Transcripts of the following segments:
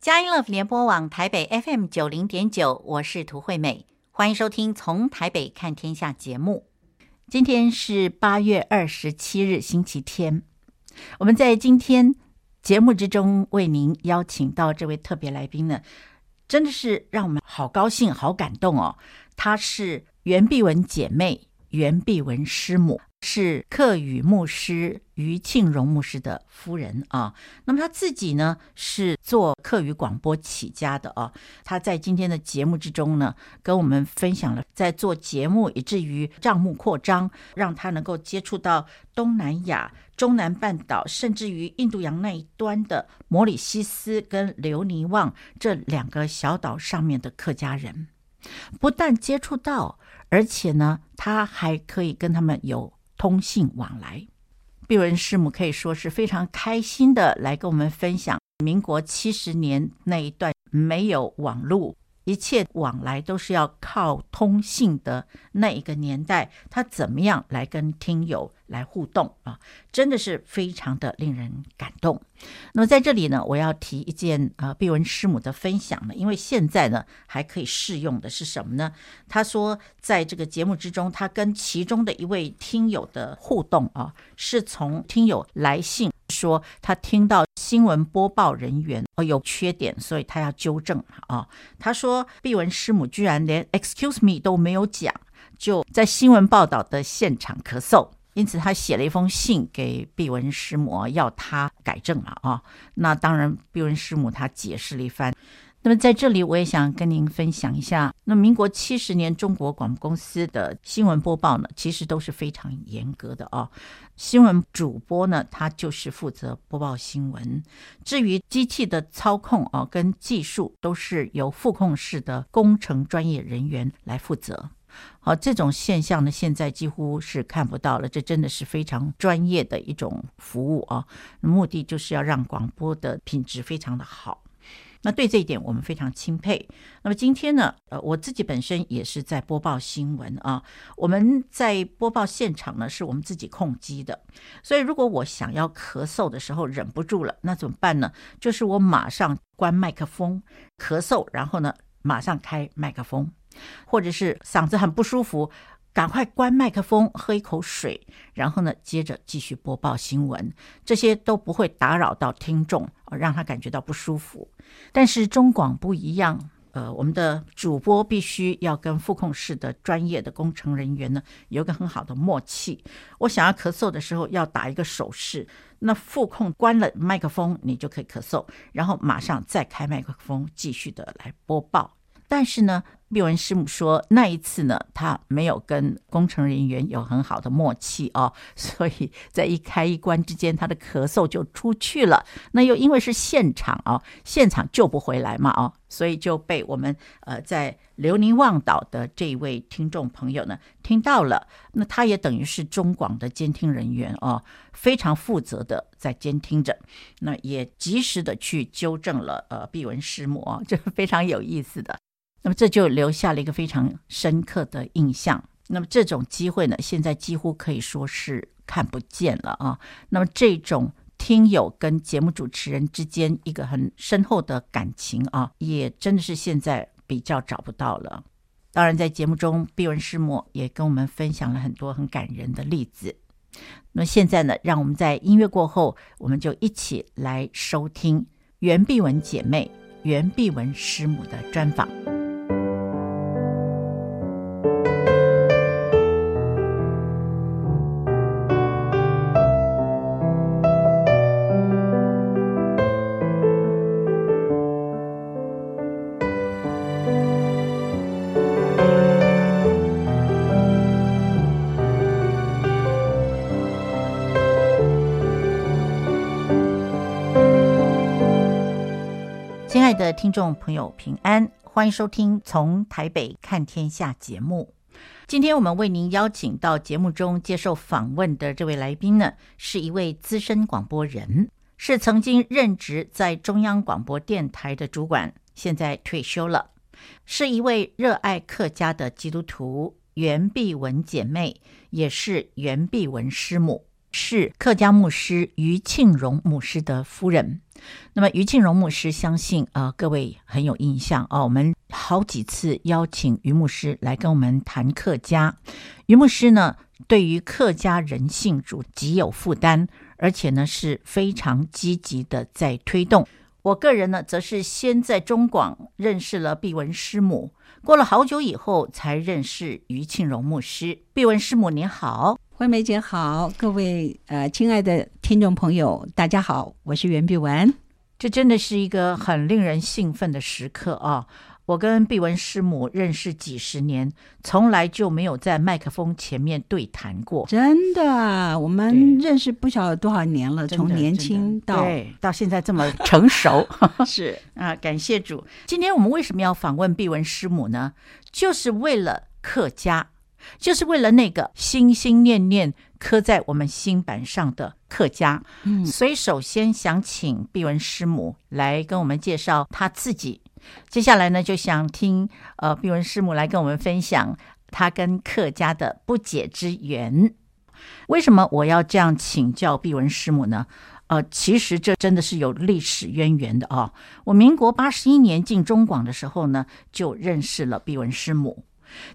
佳音 Love 联播网台北 FM 九零点九，我是涂惠美，欢迎收听《从台北看天下》节目。今天是八月二十七日，星期天。我们在今天节目之中为您邀请到这位特别来宾呢，真的是让我们好高兴、好感动哦。她是袁碧文姐妹，袁碧文师母。是客语牧师于庆荣牧师的夫人啊。那么她自己呢是做客语广播起家的啊。她在今天的节目之中呢，跟我们分享了在做节目以至于账目扩张，让她能够接触到东南亚、中南半岛，甚至于印度洋那一端的摩里西斯跟留尼旺这两个小岛上面的客家人。不但接触到，而且呢，他还可以跟他们有通信往来。碧文师母可以说是非常开心的来跟我们分享民国七十年那一段没有网络，一切往来都是要靠通信的那一个年代，他怎么样来跟听友来互动啊？真的是非常的令人感动。那么在这里呢，我要提一件呃碧文师母的分享呢，因为现在呢还可以适用的是什么呢？她说在这个节目之中，她跟其中的一位听友的互动啊，是从听友来信说他听到新闻播报人员哦有缺点，所以他要纠正啊。他说碧文师母居然连 “excuse me” 都没有讲，就在新闻报道的现场咳嗽。因此，他写了一封信给毕文师母，哦要他改正嘛啊。那当然，毕文师母他解释了一番。那么在这里，我也想跟您分享一下，那民国七十年中国广播公司的新闻播报呢，其实都是非常严格的啊。新闻主播呢，他就是负责播报新闻，至于机器的操控啊，跟技术都是由副控室的工程专业人员来负责。好，这种现象呢，现在几乎是看不到了。这真的是非常专业的一种服务啊，目的就是要让广播的品质非常的好。那对这一点，我们非常钦佩。那么今天呢，呃，我自己本身也是在播报新闻啊。我们在播报现场呢，是我们自己控机的，所以如果我想要咳嗽的时候忍不住了，那怎么办呢？就是我马上关麦克风，咳嗽，然后呢，马上开麦克风。或者是嗓子很不舒服，赶快关麦克风，喝一口水，然后呢，接着继续播报新闻，这些都不会打扰到听众，呃让他感觉到不舒服。但是中广不一样，呃，我们的主播必须要跟副控室的专业的工程人员呢有一个很好的默契。我想要咳嗽的时候要打一个手势，那副控关了麦克风，你就可以咳嗽，然后马上再开麦克风，继续的来播报。但是呢，毕文师母说那一次呢，他没有跟工程人员有很好的默契哦，所以在一开一关之间，他的咳嗽就出去了。那又因为是现场哦，现场救不回来嘛哦，所以就被我们呃在流宁望岛的这位听众朋友呢听到了。那他也等于是中广的监听人员哦，非常负责的在监听着，那也及时的去纠正了呃毕文师母哦， 这非常有意思的。那么这就留下了一个非常深刻的印象。那么这种机会呢，现在几乎可以说是看不见了啊。那么这种听友跟节目主持人之间一个很深厚的感情啊，也真的是现在比较找不到了。当然，在节目中，毕文师母也跟我们分享了很多很感人的例子。那么现在呢，让我们在音乐过后，我们就一起来收听袁碧文姐妹、袁碧文师母的专访。听众朋友平安，欢迎收听《从台北看天下》节目。今天我们为您邀请到节目中接受访问的这位来宾呢，是一位资深广播人，是曾经任职在中央广播电台的主管，现在退休了，是一位热爱客家的基督徒袁碧文姐妹，也是袁碧文师母，是客家牧师于庆荣牧师的夫人。那么于庆荣牧师相信呃各位很有印象哦，我们好几次邀请于牧师来跟我们谈客家。于牧师呢，对于客家人性主极有负担，而且呢是非常积极的在推动。我个人呢，则是先在中广认识了毕文师母，过了好久以后才认识于庆荣牧师。毕文师母您好，惠梅姐好，各位呃亲爱的听众朋友，大家好，我是袁碧文。这真的是一个很令人兴奋的时刻啊！我跟毕文师母认识几十年，从来就没有在麦克风前面对谈过。真的啊，我们认识不晓得多少年了，真的从年轻真的到 对到现在这 么成熟是啊！感谢主。今天我们为什么要访问毕文师母呢？就是为了客家，就是为了那个心心念念刻在我们心板上的客家。嗯所以首先想请毕文师母来跟我们介绍她自己。接下来呢，就想听呃毕文师母来跟我们分享她跟客家的不解之缘。为什么我要这样请教毕文师母呢？呃，其实这真的是有历史渊源的哦。我民国八十一年进中广的时候呢，就认识了毕文师母，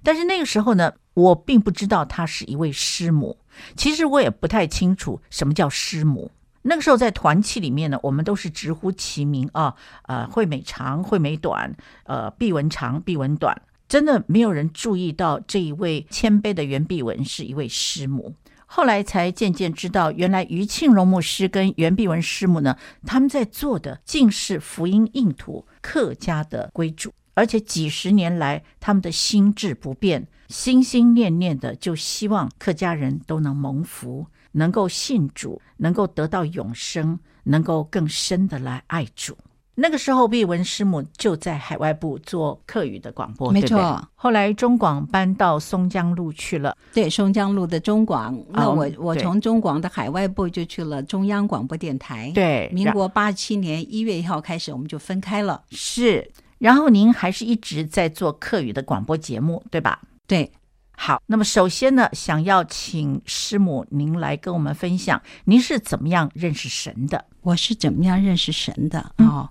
但是那个时候呢，我并不知道她是一位师母，其实我也不太清楚什么叫师母。那个时候在团契里面呢，我们都是直呼其名啊，呃，惠美长、惠美短，呃，毕文长、毕文短，真的没有人注意到这一位谦卑的袁碧文是一位师母。后来才渐渐知道，原来于庆荣牧师跟袁碧文师母呢，他们在做的竟是福音印图客家的归主，而且几十年来他们的心智不变，心心念念的就希望客家人都能蒙福，能够信主，能够得到永生，能够更深的来爱主。那个时候，毕文师母就在海外部做客语的广播，没对不对错后来中广搬到松江路去了，对松江路的中广。那我我哦对从中广的海外部就去了中央广播电台。，对，民然国八七年一月一号开始，我们就分开了。是，然后您还是一直在做客语的广播节目，对吧？对，好，那么首先呢，想要请师母您来跟我们分享，您是怎么样认识神的？我是怎么样认识神的哦？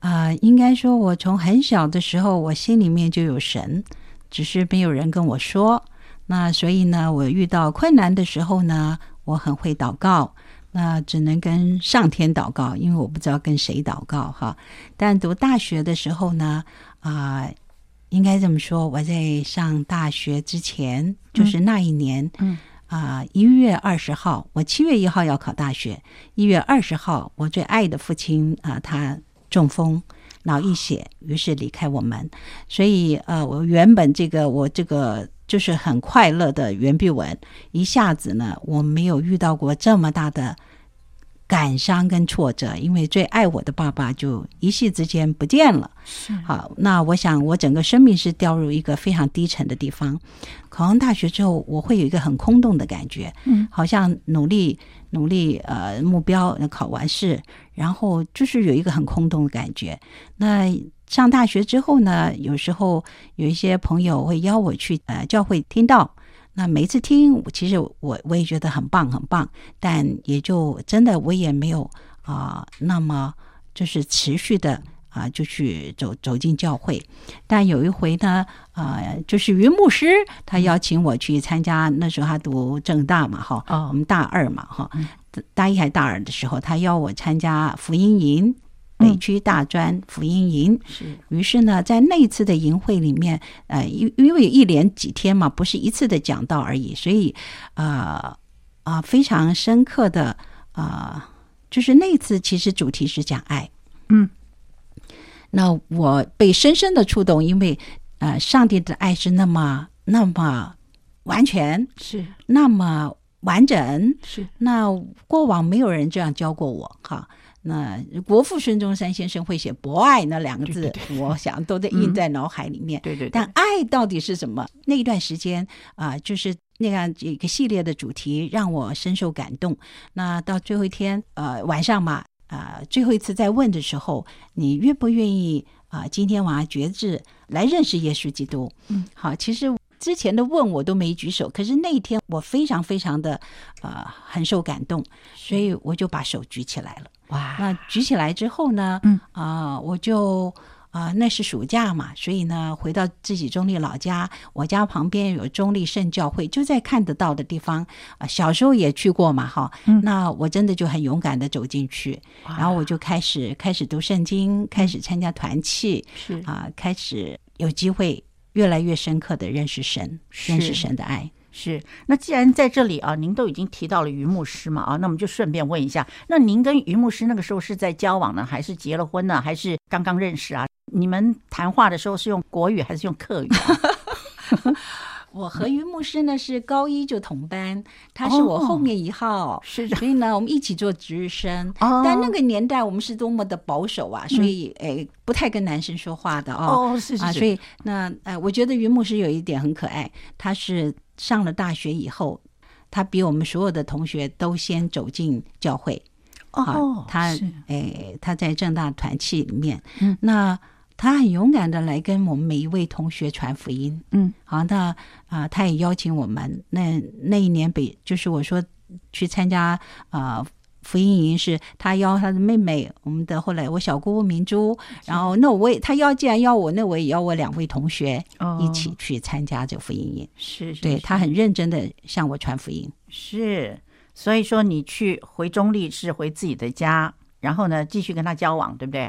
啊、应该说，我从很小的时候，我心里面就有神，只是没有人跟我说。那所以呢，我遇到困难的时候呢，我很会祷告，那只能跟上天祷告，因为我不知道跟谁祷告哈。但读大学的时候呢，啊、应该这么说，我在上大学之前，就是那一年，嗯啊，一、月二十号，我七月一号要考大学，一月二十号，我最爱的父亲啊、他中风。脑溢血，于是离开我们。所以，呃，我原本这个我这个就是很快乐的袁碧文，一下子呢，我没有遇到过这么大的感伤跟挫折，因为最爱我的爸爸就一夕之间不见了。是好，那我想我整个生命是掉入一个非常低沉的地方。考上大学之后，我会有一个很空洞的感觉，嗯，好像努力努力呃目标呃考完试，然后就是有一个很空洞的感觉。那上大学之后呢，有时候有一些朋友会邀我去呃教会听到。那每一次听，我其实我我也觉得很棒很棒，但也就真的我也没有啊、那么就是持续的啊、就去走走进教会。但有一回呢，啊、就是云牧师他邀请我去参加，那时候他读正大嘛，哈、我哦，们大二嘛，哈，大一还大二的时候，他邀我参加福音营，北区大专福音营。是于是呢，在那一次的营会里面，呃，因因为有一连几天嘛，不是一次的讲道而已，所以，呃，啊、非常深刻的，啊、就是那一次其实主题是讲爱，嗯，那我被深深的触动，因为，呃，上帝的爱是那么那么完全，是那么完整，是，那过往没有人这样教过我哈。那国父孙中山先生会写“博爱”那两个字，对我想都在印在脑海里面。对对但对，爱到底是什么？那一段时间啊、就是那样一个系列的主题，让我深受感动。那到最后一天，呃，晚上嘛，啊、最后一次再问的时候，你愿不愿意啊、今天晚上觉志来认识耶稣基督？嗯，好，其实之前的问我都没举手，可是那一天我非常非常的呃很受感动，所以我就把手举起来了。哇，那举起来之后呢，嗯啊、我就啊、那是暑假嘛，所以呢，回到自己中立老家，我家旁边有中立圣教会，就在看得到的地方。啊、小时候也去过嘛，哈，嗯那我真的就很勇敢的走进去，然后我就开始开始读圣经，开始参加团契，是啊、开始有机会越来越深刻的认识神，认是识神的爱。是。那既然在这里啊，您都已经提到了于牧师嘛啊，那我们就顺便问一下，那您跟于牧师那个时候是在交往呢，还是结了婚呢，还是刚刚认识啊？你们谈话的时候是用国语还是用客语啊？我和于牧师呢是高一就同班，他是我哦后面一号， 是所以呢，我们一起做值日生。哦嗯但那个年代我们是多么的保守啊，所以诶、不太跟男生说话的哦。哦，是是是，啊，所以那呃，我觉得云牧师有一点很可爱，他是上了大学以后，他比我们所有的同学都先走进教会。哦啊，他是诶、他在正大团契里面，嗯那他很勇敢的来跟我们每一位同学传福音。嗯，好，那啊、他也邀请我们。那那一年北，就是我说去参加啊、福音营，是他邀他的妹妹，我们的后来我小姑姑明珠，哦然后那我也他邀既然邀我，那我也邀我两位同学哦一起去参加这福音营。是，是对是他很认真的向我传福音。是，所以说你去回中立是回自己的家，然后呢继续跟他交往，对不对？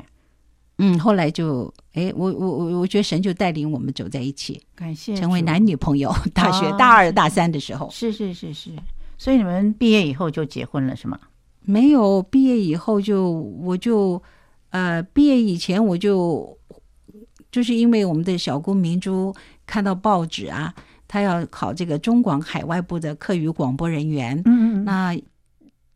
嗯，后来就哎，我我我我觉得神就带领我们走在一起，感谢成为主男女朋友。大学啊大二大三的时候，是是是是，所以你们毕业以后就结婚了是吗？没有毕业以后就我就呃毕业以前我就就是因为我们的小姑明珠看到报纸啊，她要考这个中广海外部的课余广播人员，嗯嗯那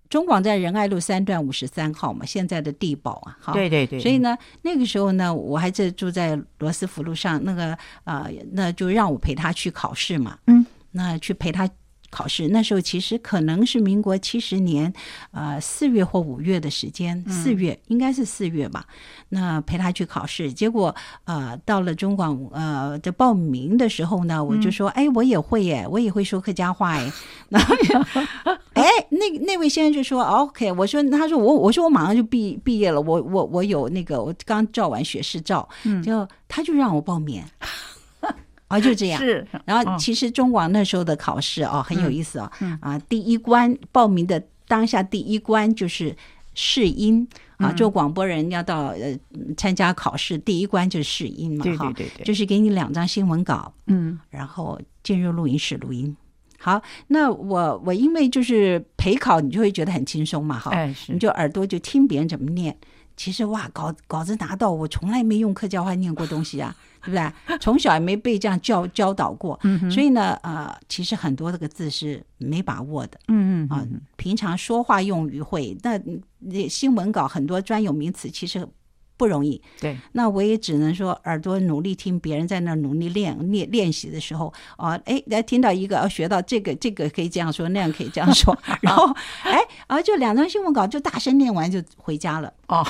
中广在仁爱路三段五十三号嘛，现在的地堡啊，哈，对对对，所以呢，那个时候呢，我还在住在罗斯福路上，那个呃，那就让我陪他去考试嘛。嗯，那去陪他考试。那时候其实可能是民国七十年，呃，四月或五月的时嗯间，四月、应该是四月吧。那陪他去考试，结果呃，到了中广呃的报名的时候呢，我就说，哎，我也会耶，我也会说客家话哎。然后，哎，那那位先生就说哦，OK，我说，他说我我说我马上就毕毕业了，我我我有那个我刚照完学士照，就他就让我报名，啊，就这样。是然哦后其实中广那时候的考试嗯哦，很有意思哦，啊，第一关报名的当下第一关就是试音啊，嗯做广播人要到呃参加考试，第一关就是试音嘛，对哈对，对对，就是给你两张新闻稿，嗯然后进入录音室录音。好，那我我因为就是陪考，你就会觉得很轻松嘛，哈，哎是你就耳朵就听别人怎么念。其实哇，稿稿子拿到，我从来没用客家话念过东西啊，对不对？从小也没被这样教教导过，所以呢，呃，其实很多这个字是没把握的嗯嗯啊。平常说话用语会，那那新闻稿很多专有名词其实不容易，对那我也只能说耳朵努力听别人在那儿努力练练练习的时候，啊，哎，来听到一个，哦学到这个这个可以这样说，那样可以这样 说，然后哎，啊，就两张新闻稿就大声念完就回家了。哦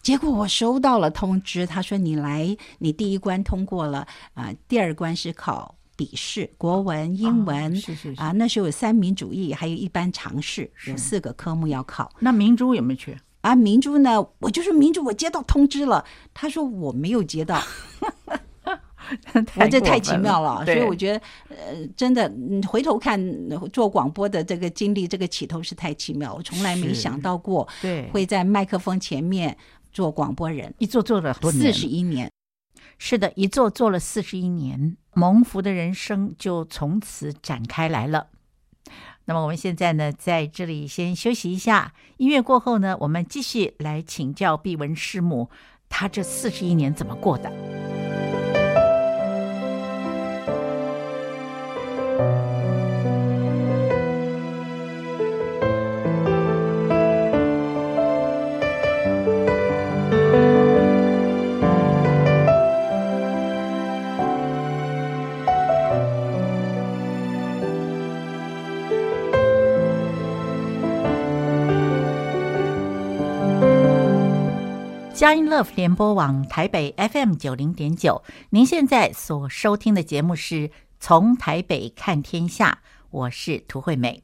结果我收到了通知，他说你来，你第一关通过了，啊、第二关是考笔试，国文、英文。哦是是是啊，那时候有三民主义，还有一般常识，有四个科目要考。那明珠有没有 去？啊，明珠呢？我就是明珠，我接到通知了。他说我没有 接到，我这太奇妙了，所以我就觉得，呃，真的，嗯，回头看嗯做广播的这个经历，这个起头是太奇妙，我从来没是想到过对会在麦克风前面做广播人，一做做了很多四年，十一年。是的，一做做了四十一年，蒙福的人生就从此展开来了。那么我们现在呢，在这里先休息一下，音乐过后呢，我们继续来请教毕文师母，她这四十一年怎么过的。佳音 Love 联播网台北 FM 九零点九，您现在所收听的节目是《从台北看天下》，我是涂惠美。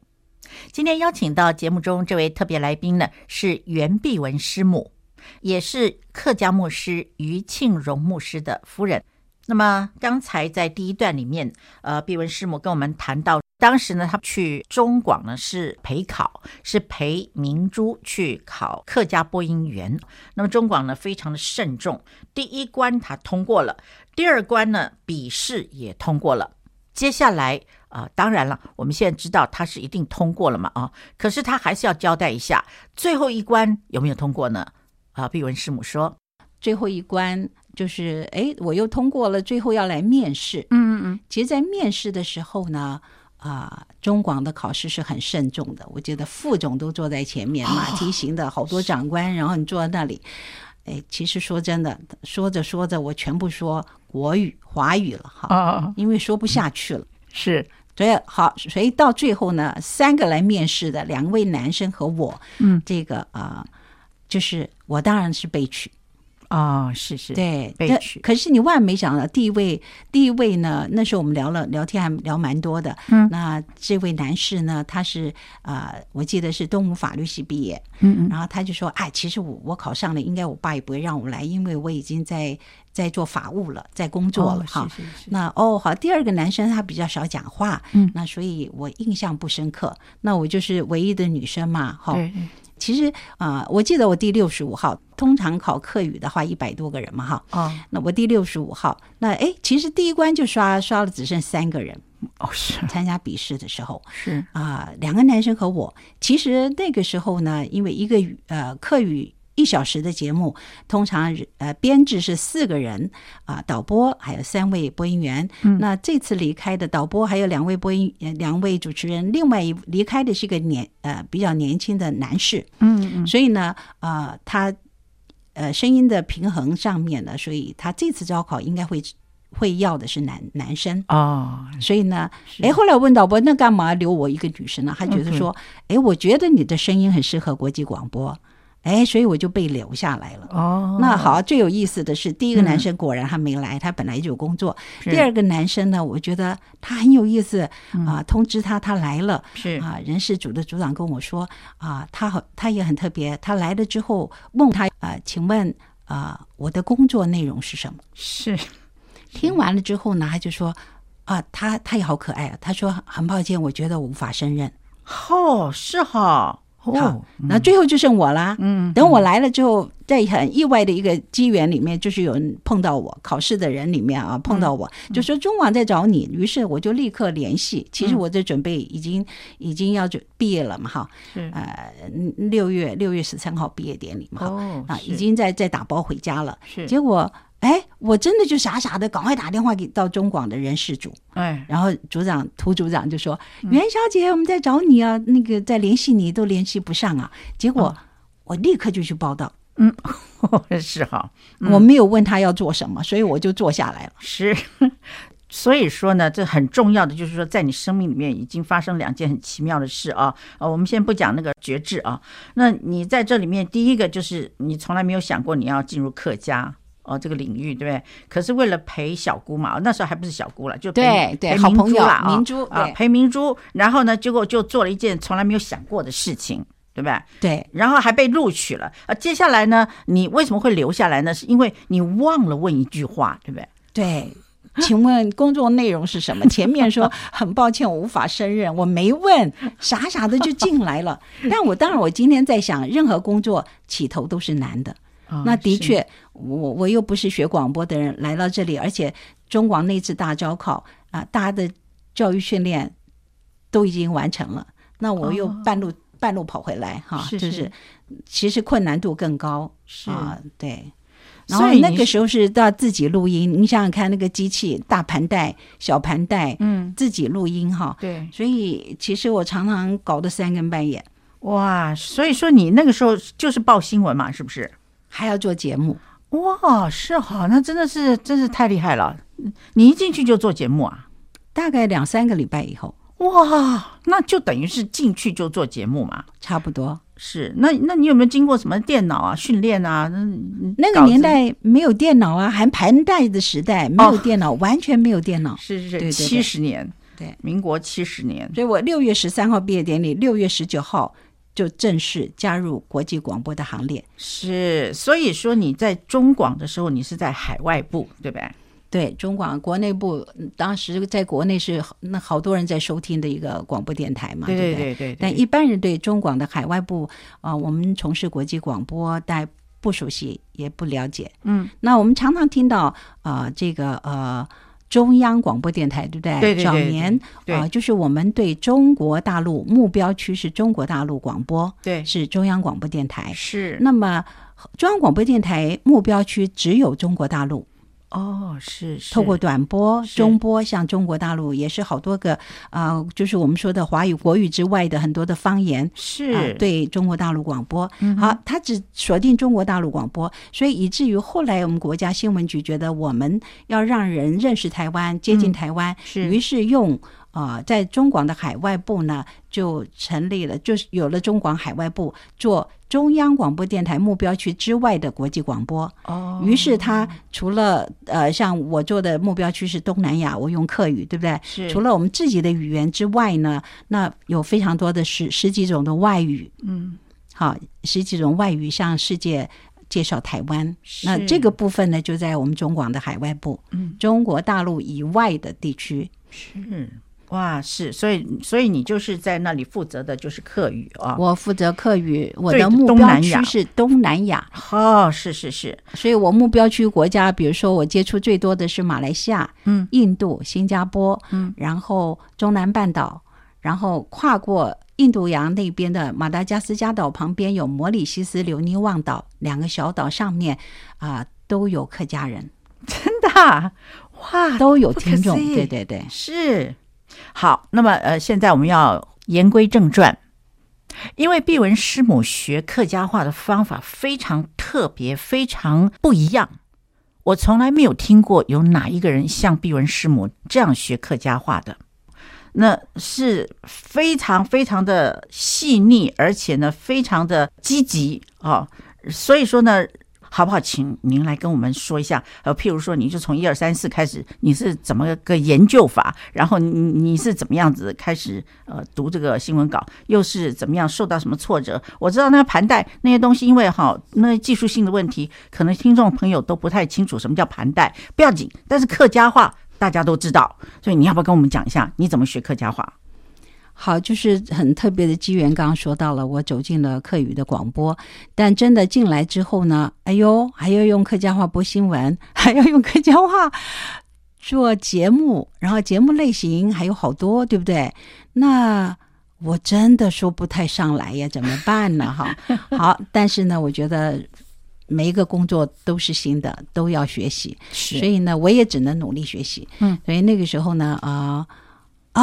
今天邀请到节目中这位特别来宾呢，是袁碧文师母，也是客家牧师于庆荣牧师的夫人。那么刚才在第一段里面，呃，碧文师母跟我们谈到，当时呢，他去中广呢是陪考，是陪明珠去考客家播音员。那么中广呢非常的慎重，第一关他通过了，第二关呢笔试也通过了，接下来。啊、当然了，我们现在知道他是一定通过了嘛啊，可是他还是要交代一下，最后一关有没有通过呢？啊，碧文师母说，最后一关就是，哎，我又通过了，最后要来面试。嗯嗯其实，在面试的时候呢，啊、中广的考试是很慎重的。我觉得副总都坐在前面，马蹄形的好多长官，然后你坐在那里。哎，其实说真的，说着说着，我全部说国语、华语了哈，啊，因为说不下去了。是，所以好，所以到最后呢，三个来面试的两位男生和我，嗯这个啊、就是我当然是被取。啊、是是，，对，被那取可是你万万没想到，第一位，第一位呢，那时候我们聊了聊天，还聊蛮多的。嗯那这位男士呢，他是呃，我记得是东吴法律系毕业，嗯嗯，然后他就说：“哎，其实我我考上了，应该我爸也不会让我来，因为我已经在在做法务了，在工作了哦哈。是是是，那哦好，第二个男生他比较少讲话，嗯那所以我印象不深刻。那我就是唯一的女生嘛，哈。对，对其实啊、呃我记得我第六十五号，通常考客语的话，一百多个人嘛，哈。哦那我第六十五号，那哎，其实第一关就刷刷了，只剩三个人哦是参加笔试的时候是，啊、两个男生和我。其实那个时候呢，因为一个语呃课语一小时的节目，通常呃编制是四个人啊、导播还有三位播音员。那这次离开的导播还有两位播音呃两位主持人，另外一离开的是一个年呃比较年轻的男士。嗯嗯所以呢，呃，他呃声音的平衡上面呢，所以他这次招考应该会会要的是男男生。哦，所以呢，是嗯哎，后来我问导播，那干嘛留我一个女生呢？他觉得说，哎，我觉得你的声音很适合国际广播，哎，所以我就被留下来了。哦，那好，最有意思的是，第一个嗯男生果然他没来，他本来就有工作。是第二个男生呢，我觉得他很有意思啊、嗯通知他他来了，是啊，人事组的组长跟我说啊，他好，他也很特别，他来了之后问他啊，请问啊，我的工作内容是什么？是听完了之后呢，他就说啊，他他也好可爱啊，他说很抱歉，我觉得我无法胜任。哦是哈，好哦，那最后就剩我啦。嗯等我来了之后，在很意外的一个机缘里面，就是有人碰到我，考试的人里面啊碰嗯到我，就说中网在找你，于是我就立刻联系。其嗯实我这准备已经、已经要准毕业了嘛哈，是呃，嗯六月六月十三号毕业典礼嘛哈，哦啊，是已经在在打包回家了。是结果哎，我真的就傻傻的赶快打电话给到中广的人事组，哎然后组长涂组长就说：“袁小姐，我们在找你啊，那个在联系你都联系不上啊。”结果我立刻就去报道，是哈，我没有问他要做什么，所以我就坐下来了。是， 所以说呢，这很重要的就是说，在你生命里面已经发生两件很奇妙的事啊。呃，我们先不讲那个觉志啊，那你在这里面，第一个就是你从来没有想过你要进入客家。哦，这个领域对不对？可是为了陪小姑嘛，那时候还不是小姑了，就陪对对陪好朋明珠友啦啊明珠啊对，陪明珠。然后呢，结果就做了一件从来没有想过的事情，对不对？对，然后还被录取了。呃，接下来呢，你为什么会留下来呢？是因为你忘了问一句话，对不对？对，请问工作内容 是什么？前面说很抱歉，我无法胜任，我没问，傻傻的就进来 了。但我当然，我今天在想，任何工作起头都是难的。啊那的确。确，我我又不是学广播的人，来到这里，而且中广那次大招考啊、大家的教育训练都已经完成了，那我又哦半路、半路跑回来哈，啊是就是其实困难度更高是啊，对。然所后以那你个是时候是到自己录音，你想想看，那个机器大盘带、小盘带，嗯，自己录音哈，对，所以其实我常常搞得三更半夜，哇，所以说你那个时候就是报新闻嘛，是不是？还要做节目。哇，是哈，那真的是真是太厉害了！你一进去就做节目啊？大概两三个礼拜以后，哇，那就等于是进去就做节目嘛？差不多。是，那那你有没有经过什么电脑啊训练啊？嗯那个年代没有哦电脑啊，还盘带的时代，没有电脑，完全没有电脑。是是对对是，七十年对，民国七十年，所以我六月十三号毕业典礼，六月十九号就正式加入国际广播的行列。是，所以说你在中广的时候，你是在海外部，对不对？对中广国内部，嗯当时在国内是那好多人在收听的一个广播电台嘛，对不对对，但一般人对中广的海外部啊、呃我们从事国际广播，但不熟悉也不了解。嗯，那我们常常听到啊、呃这个呃中央广播电台，对不对？对对对早对年对啊、呃就是我们对中国大陆目标区是中国大陆广播，对是中央广播电台。是那么中央广播电台目标区只有中国大陆，哦是是透过短波、是中波向中国大陆也是好多个啊、呃就是我们说的华语、国语之外的很多的方言。是、嗯啊，对中国大陆广播，好，他只锁定中国大陆广播，所以以至于后来我们国家新闻局觉得我们要让人认识台湾、接近台湾，嗯是于是用啊、呃在中广的海外部呢就成立了，就是有了中广海外部做中央广播电台目标区之外的国际广播。哦于是他除了呃，像我做的目标区是东南亚，我用客语，对不对？是除了我们自己的语言之外呢，那有非常多的十十几种的外语，嗯好，十几种外语向世界介绍台湾。是那这个部分呢，就在我们中广的海外部，嗯中国大陆以外的地区。是嗯哇是，所以所以你就是在那里负责的就是客语啊、我负责客语，我对的目东标南亚区是东南亚，哦，是是 是，所以我目标区国家，比如说我接触最多的是马来西亚、嗯、印度、新加坡，嗯，然后中南半岛，然后跨过印度洋那边的马达加斯加岛旁边有摩里西斯留尼旺岛两个小岛上面啊、都有客家人，真的啊、哇，都有不可听众，思议对对对，是，好，那么呃，现在我们要言归正传，因为毕文师母学客家话的方法非常特别，非常不一样。我从来没有听过有哪一个人像毕文师母这样学客家话的，那是非常非常的细腻，而且呢非常的积极啊、所以说呢，好不好？请您来跟我们说一下，呃，譬如说，你就从一二三四开始，你是怎么个研究法？然后你你是怎么样子开始呃读这个新闻稿，又是怎么样受到什么挫折？我知道那个盘带那些东西，因为哈那些技术性的问题，可能听众朋友都不太清楚什么叫盘带，不要紧。但是客家话大家都知道，所以你要不要跟我们讲一下你怎么学客家话？好，就是很特别的机缘，刚刚说到了，我走进了客语的广播，但真的进来之后呢，哎呦，还要用客家话播新闻， 还要用客家话做节目，然后节目类型还有好多，对不对？那我真的说不太上来呀，怎么办呢？哈， 好，但是呢，我觉得每一个工作都是新的，都要学习，所是以呢，我也只能努力学习。嗯，所以那个时候呢，啊、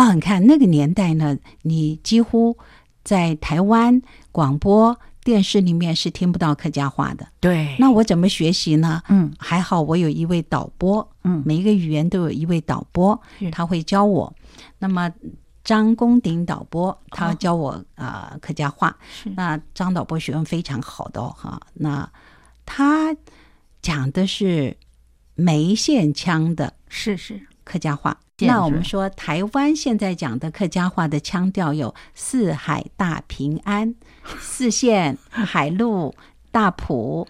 啊，你看那个年代呢，你几乎在台湾广播电视里面是听不到客家话的。对，那我怎么学习呢？嗯还好我有一位导播，嗯每一个语言都有一位导播是，他会教我。那么张公鼎导播，他哦教我啊、呃客家话是。那张导播学问非常好的哦哈、那他讲的是梅县腔的是是客家话。见识那我们说，台湾现在讲的客家话的腔调有四海大平安、四县、海陆、大埔、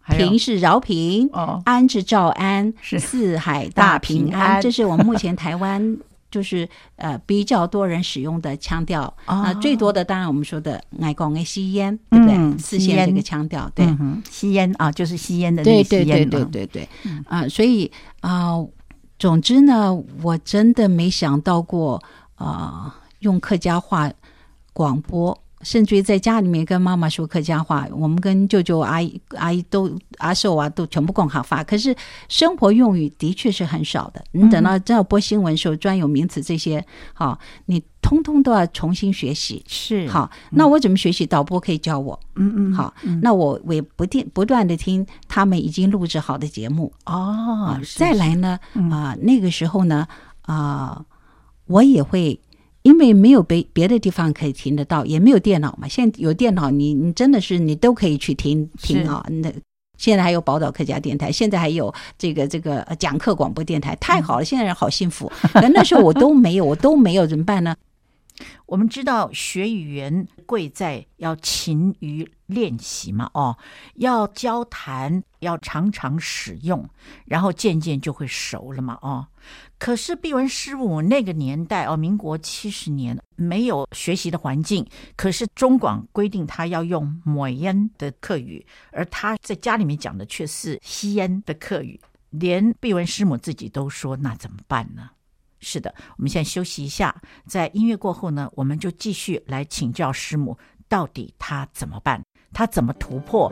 还有平是饶平，哦安是诏安，是四海大大平平安安。这是我们目前台湾就是呃比较多人使用的腔调。那哦啊最多的当然我们说的爱讲的吸烟，对不嗯对？四吸烟县这个腔调，对。嗯哼吸烟啊，就是吸烟的那对个吸对烟对嘛嗯对对对，啊、所以啊、总之呢，我真的没想到过啊、用客家话广播。甚至于在家里面跟妈妈说客家话，我们跟舅舅、阿姨、阿姨都、阿寿啊，都全部共好发。可是生活用语的确是很少的。你等嗯到真要播新闻的时候，专有名词这些，好、你通通都要重新学习。是好，那我怎么学习？导播可以教我。嗯嗯好，那我我也不定不断的听他们已经录制好的节目哦嗯啊，，再来呢啊、那个时候呢啊、我也会。因为没有别别的地方可以听得到，也没有电脑嘛。现在有电脑你，你真的是你都可以去听听啊。那现在还有宝岛客家电台，现在还有这个这个呃讲课广播电台，太好了！嗯现在人好 幸福。可那时候我都没有，我都没有，怎么办呢？我们知道学语言贵在要勤于练习嘛，哦，要交谈，要常常使用，然后渐渐就会熟了嘛，哦。可是毕文师母那个年代哦，民国七十年没有学习的环境，可是中广规定他要用抹烟的客语，而他在家里面讲的却是吸烟的客语，连毕文师母自己都说，那怎么办呢？是的，我们现在休息一下，在音乐过后呢，我们就继续来请教师母，到底她怎么办，她怎么突破，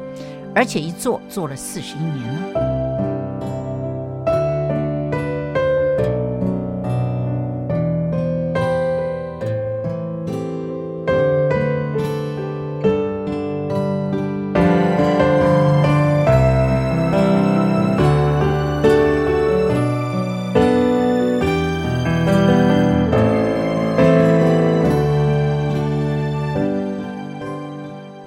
而且一做做了四十一年呢？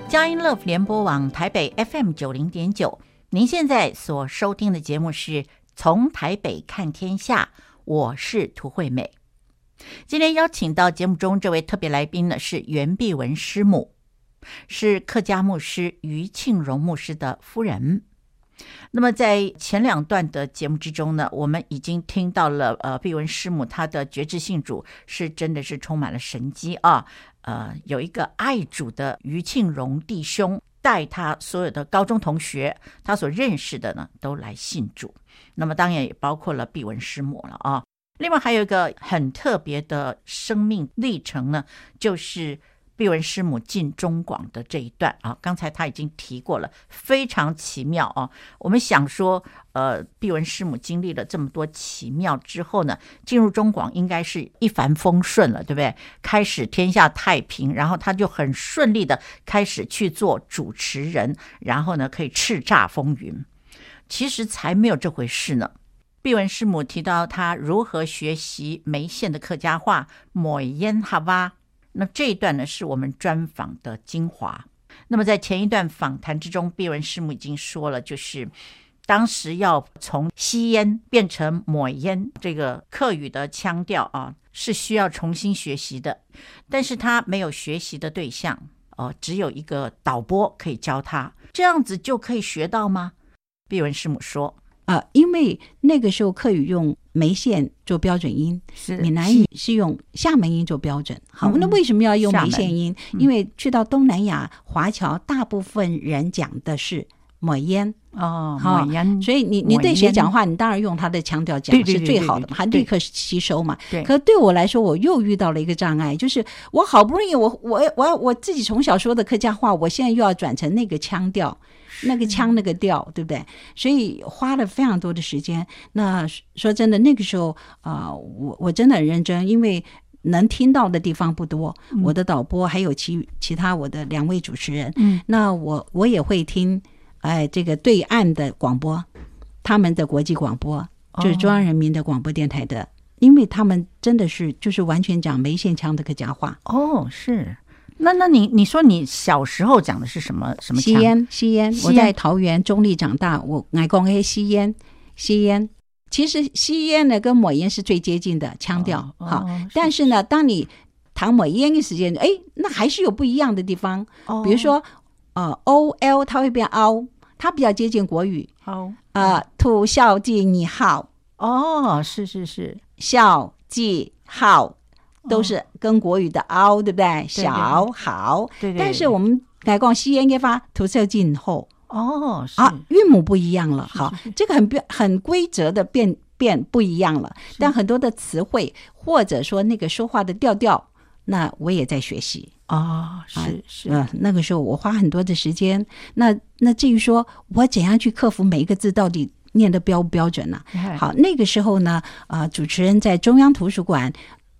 佳音 Love 联播网台北 FM 九零点九，您现在所收听的节目是《从台北看天下》，我是涂惠美。今天邀请到节目中这位特别来宾呢，是袁碧文师母，是客家牧师于庆荣牧师的夫人。那么在前两段的节目之中呢，我们已经听到了，呃，碧文师母她的觉知信主是真的是充满了神机啊，呃，有一个爱主的于庆荣弟兄带他所有的高中同学，他所认识的呢都来信主，那么当然也包括了碧文师母了啊。另外还有一个很特别的生命历程呢，就是碧文师母进中广的这一段啊，刚才他已经提过了，非常奇妙啊。我们想说，呃，碧文师母经历了这么多奇妙之后呢，进入中广应该是一帆风顺了，对不对？开始天下太平，然后他就很顺利的开始去做主持人，然后呢可以叱咤风云。其实才没有这回事呢。毕文师母提到她如何学习梅县的客家话“抹烟哈哇”，那这一段呢是我们专访的精华。那么在前一段访谈之中，毕文师母已经说了，就是当时要从吸烟变成抹烟这个客语的腔调啊，是需要重新学习的。但是他没有学习的对象，哦、只有一个导播可以教他，这样子就可以学到吗？毕文师母说啊、因为那个时候客语用梅县做标准音，是闽南语是用厦门音做标准。好，嗯那为什么要用厦门嗯梅县音？因为去到东南亚华侨，大部分人讲的是抹烟，哦，好抹烟所以你你抹对谁烟讲话，你当然用他的腔调讲对对是对最对好对的嘛，他对立刻吸收嘛。对可对我来说，我又遇到了一个障碍，就是我好不容易我我我我自己从小说的客家话，我现在又要转成那个腔调，那个腔那个调，对不对？所以花了非常多的时间。那说真的，那个时候啊、我我真的很认真，因为。能听到的地方不多，我的导播还有其其他我的两位主持人，嗯，那我我也会听，哎，这个对岸的广播，他们的国际广播，哦就是中央人民的广播电台的，因为他们真的是就是完全讲梅县腔的客家话，哦，是。那那你你说你小时候讲的是什么什么吸腔？烟吸烟，吸我烟在桃园中立长大，我爱讲黑吸烟吸烟。其实吸烟呢跟抹烟是最接近的腔调，哦好、哦是但是呢，当你谈抹烟的时间，哎，那还是有不一样的地方。哦比如说，呃，O L 它会变 O，它比较接近国语。好啊，土孝记你好，哦，是是是，孝记好，都是跟国语的凹，对不对？哦对小好，对对。但对是我们改光吸烟该发土孝记你后哦是啊，韵母不一样了，好，这个很标很规则的变变不一样了，但很多的词汇或者说那个说话的调调，那我也在学习。哦是是呃，那个时候我花很多的时间。那那至于说我怎样去克服每一个字到底念的标不标准啊呢、哎好，那个时候呢，呃，主持人在中央图书馆，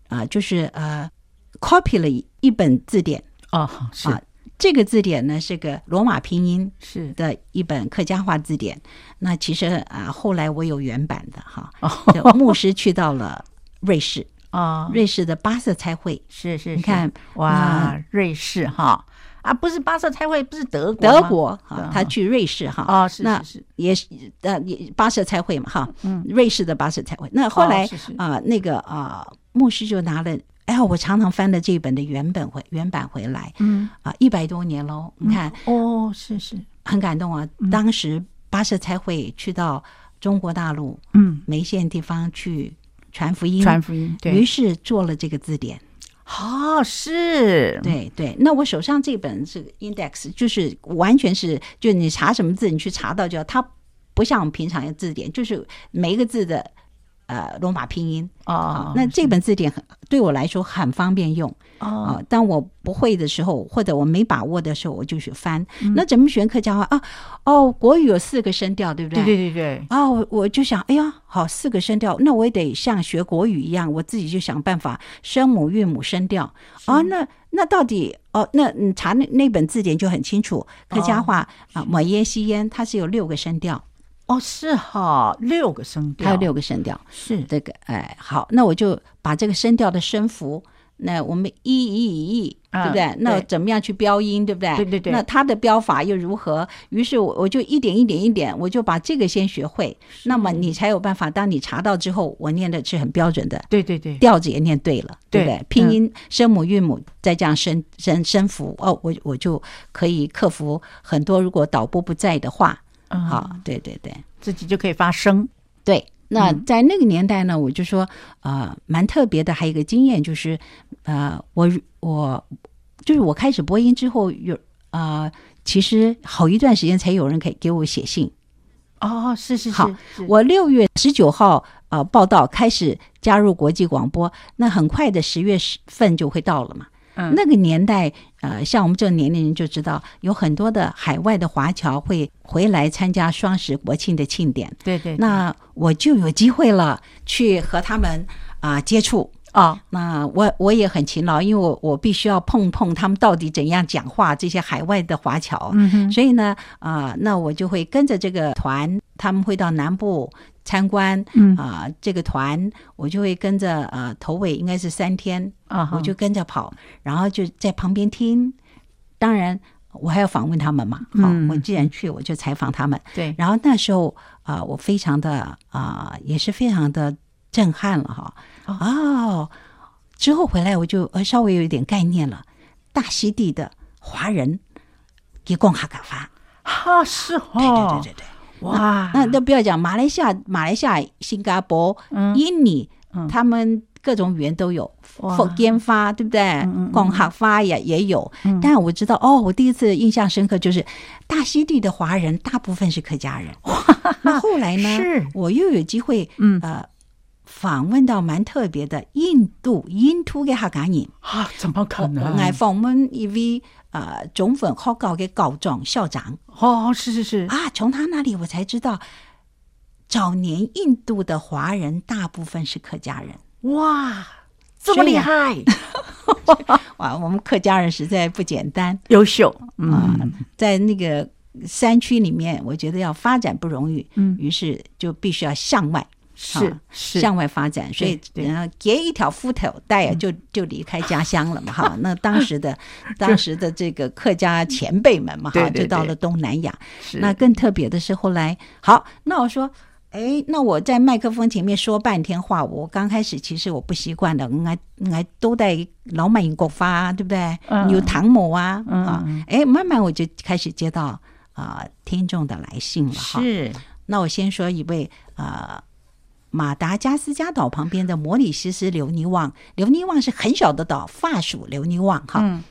啊、就是呃，copy 了一一本字典，哦是啊这个字典呢是个罗马拼音是的一本客家话字典。那其实啊、后来我有原版 的哈。哦就牧师去到了瑞士，啊瑞士的巴色差会，是是你看是哇瑞士哈啊，不是巴塞开会，不是德国德吗国对哈啊，他去瑞士哈，哦，是那是是，也是呃也巴塞才会嘛哈，嗯，瑞士的巴塞才会。那后来哦是是啊、那个啊、牧师就拿了，哎呀，我常常翻了这本的原本回原版回来嗯，啊，一、0百多年喽，你看、哦，是是，很感动啊。嗯当时巴塞才会去到中国大陆嗯，梅县地方去传福音，传福音，于对，是做了这个字典。哦，是，对对，那我手上这本这个 index 就是完全是，就你查什么字，你去查到就它不像我们平常的字典，就是每一个字的呃罗马拼音哦，那这本字典很对我来说很方便用啊、哦，当我不会的时候，或者我没把握的时候，我就去翻。那怎么选客家话啊？哦，国语有四个声调，对不对对对对，啊、我我就想，哎呀，好四个声调，那我也得像学国语一样，我自己就想办法声母、韵母、声调啊、那那到底哦，那你查那那本字典就很清楚，客家话啊，抹烟、吸烟，它是有六个声调，哦，是哈，六个声调，它有六个声调。是这个哎，好，那我就把这个声调的声符，那我们一一一一，对嗯不对？那对怎么样去标音，对不对？对对对那它的标法又如何？于是我我就一点一点一点，我就把这个先学会，那么你才有办法。当你查到之后，我念的是很标准的。对对对，调子也念对了，对不对对？拼嗯音、声母、韵母，再加上声声声符，哦，我我就可以克服很多。如果导播不在的话，嗯好，，对对对。自己就可以发声，对，那在那个年代呢，我就说，呃，蛮特别的。还有一个经验就是，呃，我我就是我开始播音之后，有呃，其实好一段时间才有人给给我写信。哦，是是好是，是我六月十九号呃报道开始加入国际广播，那很快的十月十份就会到了嘛。嗯那个年代，呃，像我们这种年龄人就知道，有很多的海外的华侨会回来参加双十国庆的庆典。对对，对那我就有机会了，去和他们啊、接触。哦，那我我也很勤劳，因为我我必须要碰碰他们到底怎样讲话，这些海外的华侨。嗯哼，所以呢，啊、那我就会跟着这个团，他们会到南部参观。嗯啊、这个团我就会跟着，呃，头尾应该是三天，啊哈，我就跟着跑，然后就在旁边听。当然，我还要访问他们嘛。好、嗯我既然去，我就采访他们。对，然后那时候啊、我非常的啊、也是非常的震撼了哈。哦，之后回来我就呃稍微有一点概念了，大溪地的华人一共哈嘎发，哈是对对哦，对对对。哇，那都不要讲马来西亚、马来西亚、新加坡、印尼，他们各种语言都有。哇福建话对不对？广客话也也有，但我知道哦，我第一次印象深刻就是大溪地的华人大部分是客家人。 那后来呢是？我又有机会，嗯呃，访问到蛮特别的印度印度嘅客家人。啊，怎么哦可能？我访问一位呃总粉学校嘅校长校长。哦，是是是，啊，从他那里我才知道，早年印度的华人大部分是客家人。哇，这么虽厉然害，哇，我们客家人实在不简单，优秀，嗯，在那个山区里面，我觉得要发展不容易，嗯于是就必须要向外。是啊是，向外发展，所以对嗯呃，结一条夫头带啊，就就离开家乡了嘛 哈。那当时的当时的这个客家前辈们嘛对哈，对就到对了东南亚，是那更特别的是后来，好，那我说，哎，那我在麦克风前面说半天话，我刚开始其实我不习惯的，我我都在老满国发、对不对？嗯有唐某啊、嗯啊，哎，慢慢我就开始接到啊、听众的来信了哈。是那我先说一位啊、呃马达加斯加岛旁边的摩里西斯留尼旺，留尼旺是很小的岛，法属留尼旺哈。嗯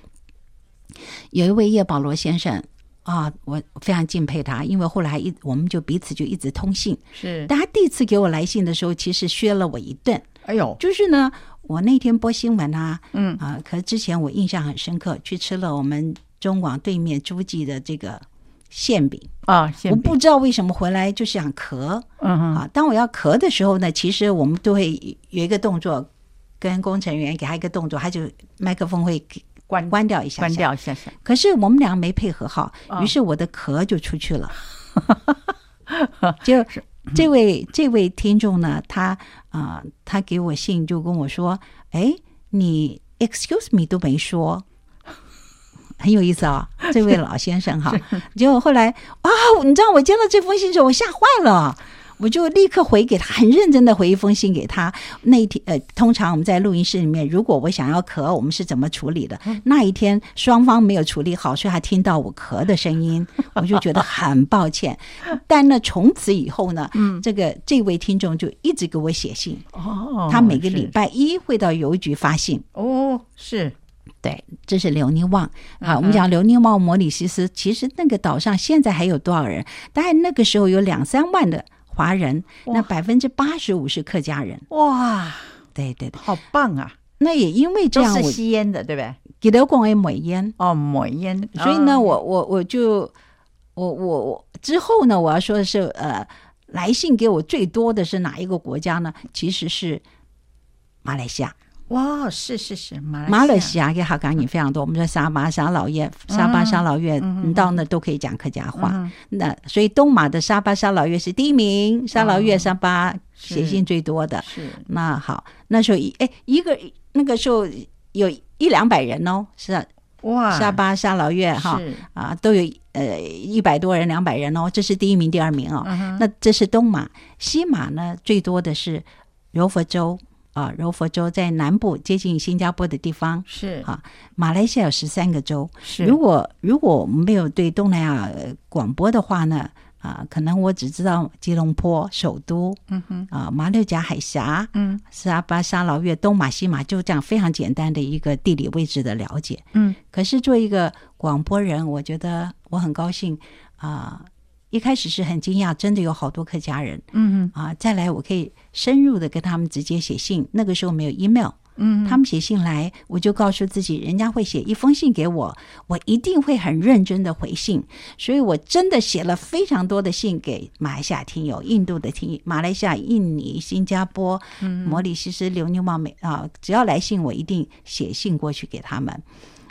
有一位叶保罗先生啊，我非常敬佩他，因为后来还一我们就彼此就一直通信。是，但他第一次给我来信的时候，其实削了我一顿，哎呦，就是呢，我那天播新闻啊，嗯啊、可是之前我印象很深刻，去吃了我们中广对面诸记的这个馅饼，啊，先我不知道为什么回来就想咳。嗯哼，啊，当我要咳的时候呢，其实我们都会有一个动作，跟工程员给他一个动作，他就麦克风会给关关掉一下下，关掉一下下，可是我们俩没配合好，哦于是我的壳就出去了。 就这位这位听众呢，他啊、呃他给我信就跟我说：“哎，你 excuse me 都没说。” 很有意思啊、这位老先生哈，结果后来啊，你知道我接到这封信的时候，我吓坏了。我就立刻回给他，很认真的回一封信给他。那一天，呃，通常我们在录音室里面，如果我想要咳，我们是怎么处理的？那一天双方没有处理好，所以他听到我咳的声 音，我就觉得很抱歉。但呢，从此以后呢，嗯这个这位听众就一直给我写信，哦他每个礼拜一会到邮局发信。哦是对，这是留尼旺嗯哼啊。我们讲留尼旺、摩里西斯，其实那个岛上现在还有多少人？大概那个时候有两三万的华人，那百分之八十五是客家人。哇，对对对，好棒啊！那也因为这都样，是我吸烟的，对不对？给德广也买烟，哦，抹烟，哦所以嗯呢，我我我就我我我之后呢，我要说的是，呃，来信给我最多的是哪一个国家呢？其实是马来西亚。哇，是是是，马来马来西西亚跟哈港人非常多，我们说沙巴、沙老越、沙巴、沙老越，嗯嗯嗯你到那都可以讲客家亚话。那所以东马的沙巴、沙老越是第一名，沙老越、哦沙巴是写信最多的。是那好，那时候一哎一个那个时候有一两百人哦，是啊哇，沙巴、沙老越哈是啊都有呃一百多人、两百人哦，这是第一名、第二名哦。嗯哼那这是东马，西马呢最多的是柔佛州啊，柔佛州在南部接近新加坡的地方。是好马来西亚有十三个州，是如果如果我们没有对东南亚呃广播的话呢，啊、可能我只知道吉隆坡首都嗯哼啊、马六甲海峡、嗯沙巴、沙劳越、东马、西马，就这样非常简单的一个地理位置的了解。嗯可是做一个广播人，我觉得我很高兴啊、一开始是很惊讶，真的有好多客家人嗯啊、再来，我可以深入的跟他们直接写信。那个时候没有 email，嗯，他们写信来，我就告诉自己，人家会写一封信给我，我一定会很认真的回信。所以我真的写了非常多的信给马来西亚听友、印度的听友、马来西亚、印尼、新加坡、嗯摩里西斯、留尼旺美啊，只要来信，我一定写信过去给他们。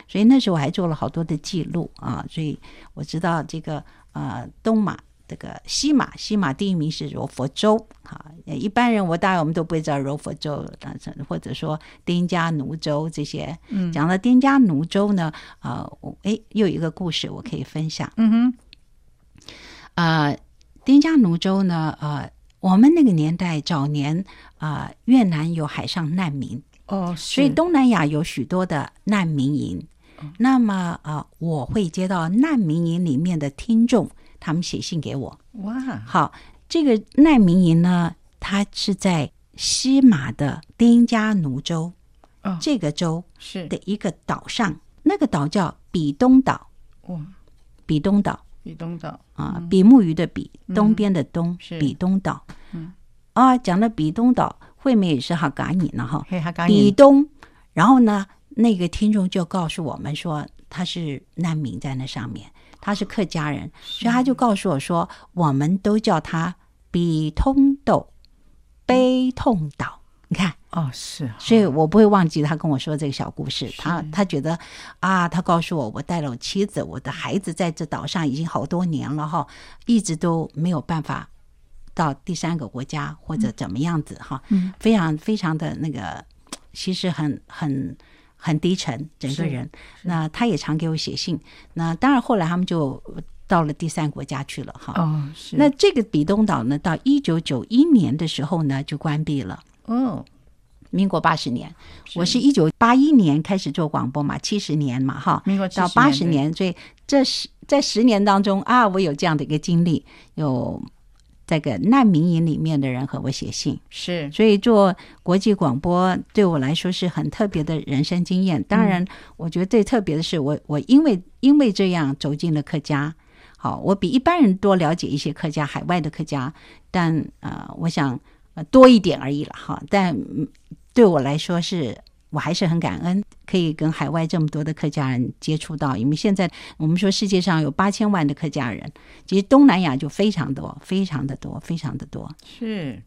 所以那时候我还做了好多的记录啊，所以我知道这个呃东马。这个西马，西马第一名是柔佛州啊，呃一般人我大概我们都不会知道柔佛州，啊或者说丁加奴州这些。嗯讲到丁加奴州呢，啊，我诶，又有一个故事我可以分享。嗯哼呃，丁加奴州呢，呃，我们那个年代早年啊、呃越南有海上难民，哦，所以是嗯东南亚有许多的难民营。那么啊、呃我会接到难民营里面的听众，他们写信给我。哇好，这个难民营呢，它是在西马的丁加奴州、哦这个州是的一个岛上，那个岛叫比东岛，哇，比东岛。李东岛啊，比目鱼的比，东边的东，嗯是比东岛。嗯，啊，讲到比东岛，惠美也是哈嘎你呢哈，嘿哈嘎比尼东。然后呢，那个听众就告诉我们说，他是难民在那上面，他是客家人，所以他就告诉我说，我们都叫他比通斗，悲痛岛。你看，哦是所以我不会忘记他跟我说这个小故事。是他他觉得啊，他告诉我，我带了我妻子、我的孩子在这岛上已经好多年了哈，一直都没有办法到第三个国家或者怎么样子哈，嗯非常非常的那个，其实很很很低沉，整个是人。那他也常给我写信。那当然，后来他们就到了第三国家去了哈。哦是那这个比东岛呢，到一九九一年的时候呢，就关闭了。哦民国八十年，我是一九八一年开始做广播嘛，七十年嘛，哈，民国到70八十对年，所以这十在十年当中啊，我有这样的一个经历，有这个难民营里面的人和我写信，是所以做国际广播对我来说是很特别的人生经验。当然，我觉得最特别的是我，我因为因为这样走进了客家。好，我比一般人多了解一些客家，海外的客家，但呃，我想呃多一点而已了哈。但嗯对我来说是，我还是很感恩可以跟海外这么多的客家人接触到，因为现在我们说世界上有八千万的客家人，其实东南亚就非常多，非常的多，非常的多。是。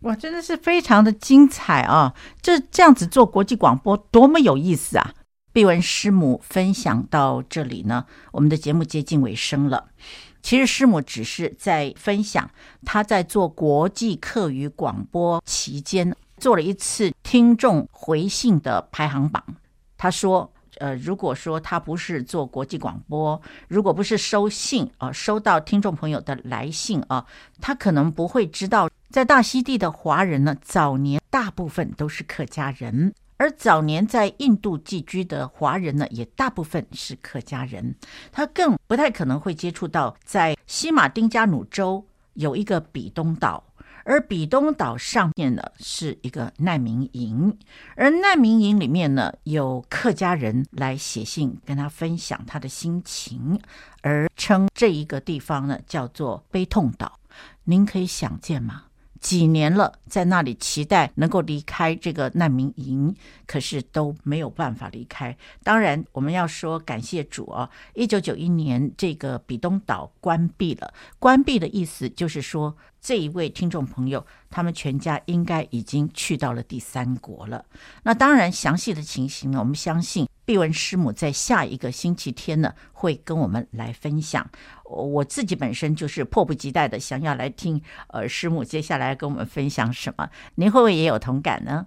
哇，真的是非常的精彩啊！这这样子做国际广播多么有意思啊！碧文师母分享到这里呢，我们的节目接近尾声了。其实师母只是在分享她在做国际课余广播期间做了一次听众回信的排行榜。她说：“呃，如果说他不是做国际广播，如果不是收信啊、呃收到听众朋友的来信啊、他可能不会知道，在大溪地的华人呢，早年大部分都是客家人。而早年在印度寄居的华人呢，也大部分是客家人，他更不太可能会接触到在西马丁加努州有一个比东岛，而比东岛上面呢是一个难民营，而难民营里面呢有客家人来写信跟他分享他的心情，而称这一个地方呢叫做悲痛岛。您可以想见吗？几年了，在那里期待能够离开这个难民营，可是都没有办法离开。当然，我们要说感谢主哦，一九九一年这个比东岛关闭了。关闭的意思就是说，这一位听众朋友他们全家应该已经去到了第三国了。那当然，详细的情形呢，我们相信毕文师母在下一个星期天呢会跟我们来分享。我我自己本身就是迫不及待的想要来听，呃，师母接下来跟我们分享什么？您会不会也有同感呢？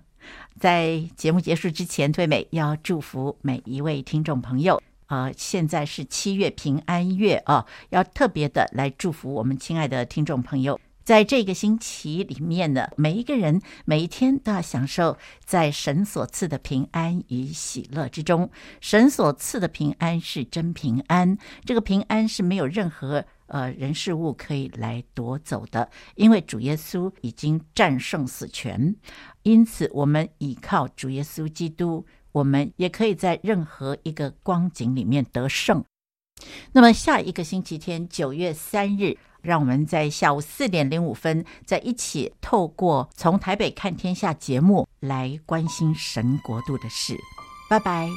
在节目结束之前，推美要祝福每一位听众朋友。呃，现在是七月平安月啊，要特别的来祝福我们亲爱的听众朋友。在这个星期里面呢，每一个人每一天都要享受在神所赐的平安与喜乐之中。神所赐的平安是真平安，这个平安是没有任何呃人事物可以来夺走的，因为主耶稣已经战胜死权。因此，我们倚靠主耶稣基督，我们也可以在任何一个光景里面得胜。那么下一个星期天，九月三日，让我们在下午四点零五分，在一起透过《从台北看天下》节目来关心神国度的事。拜拜。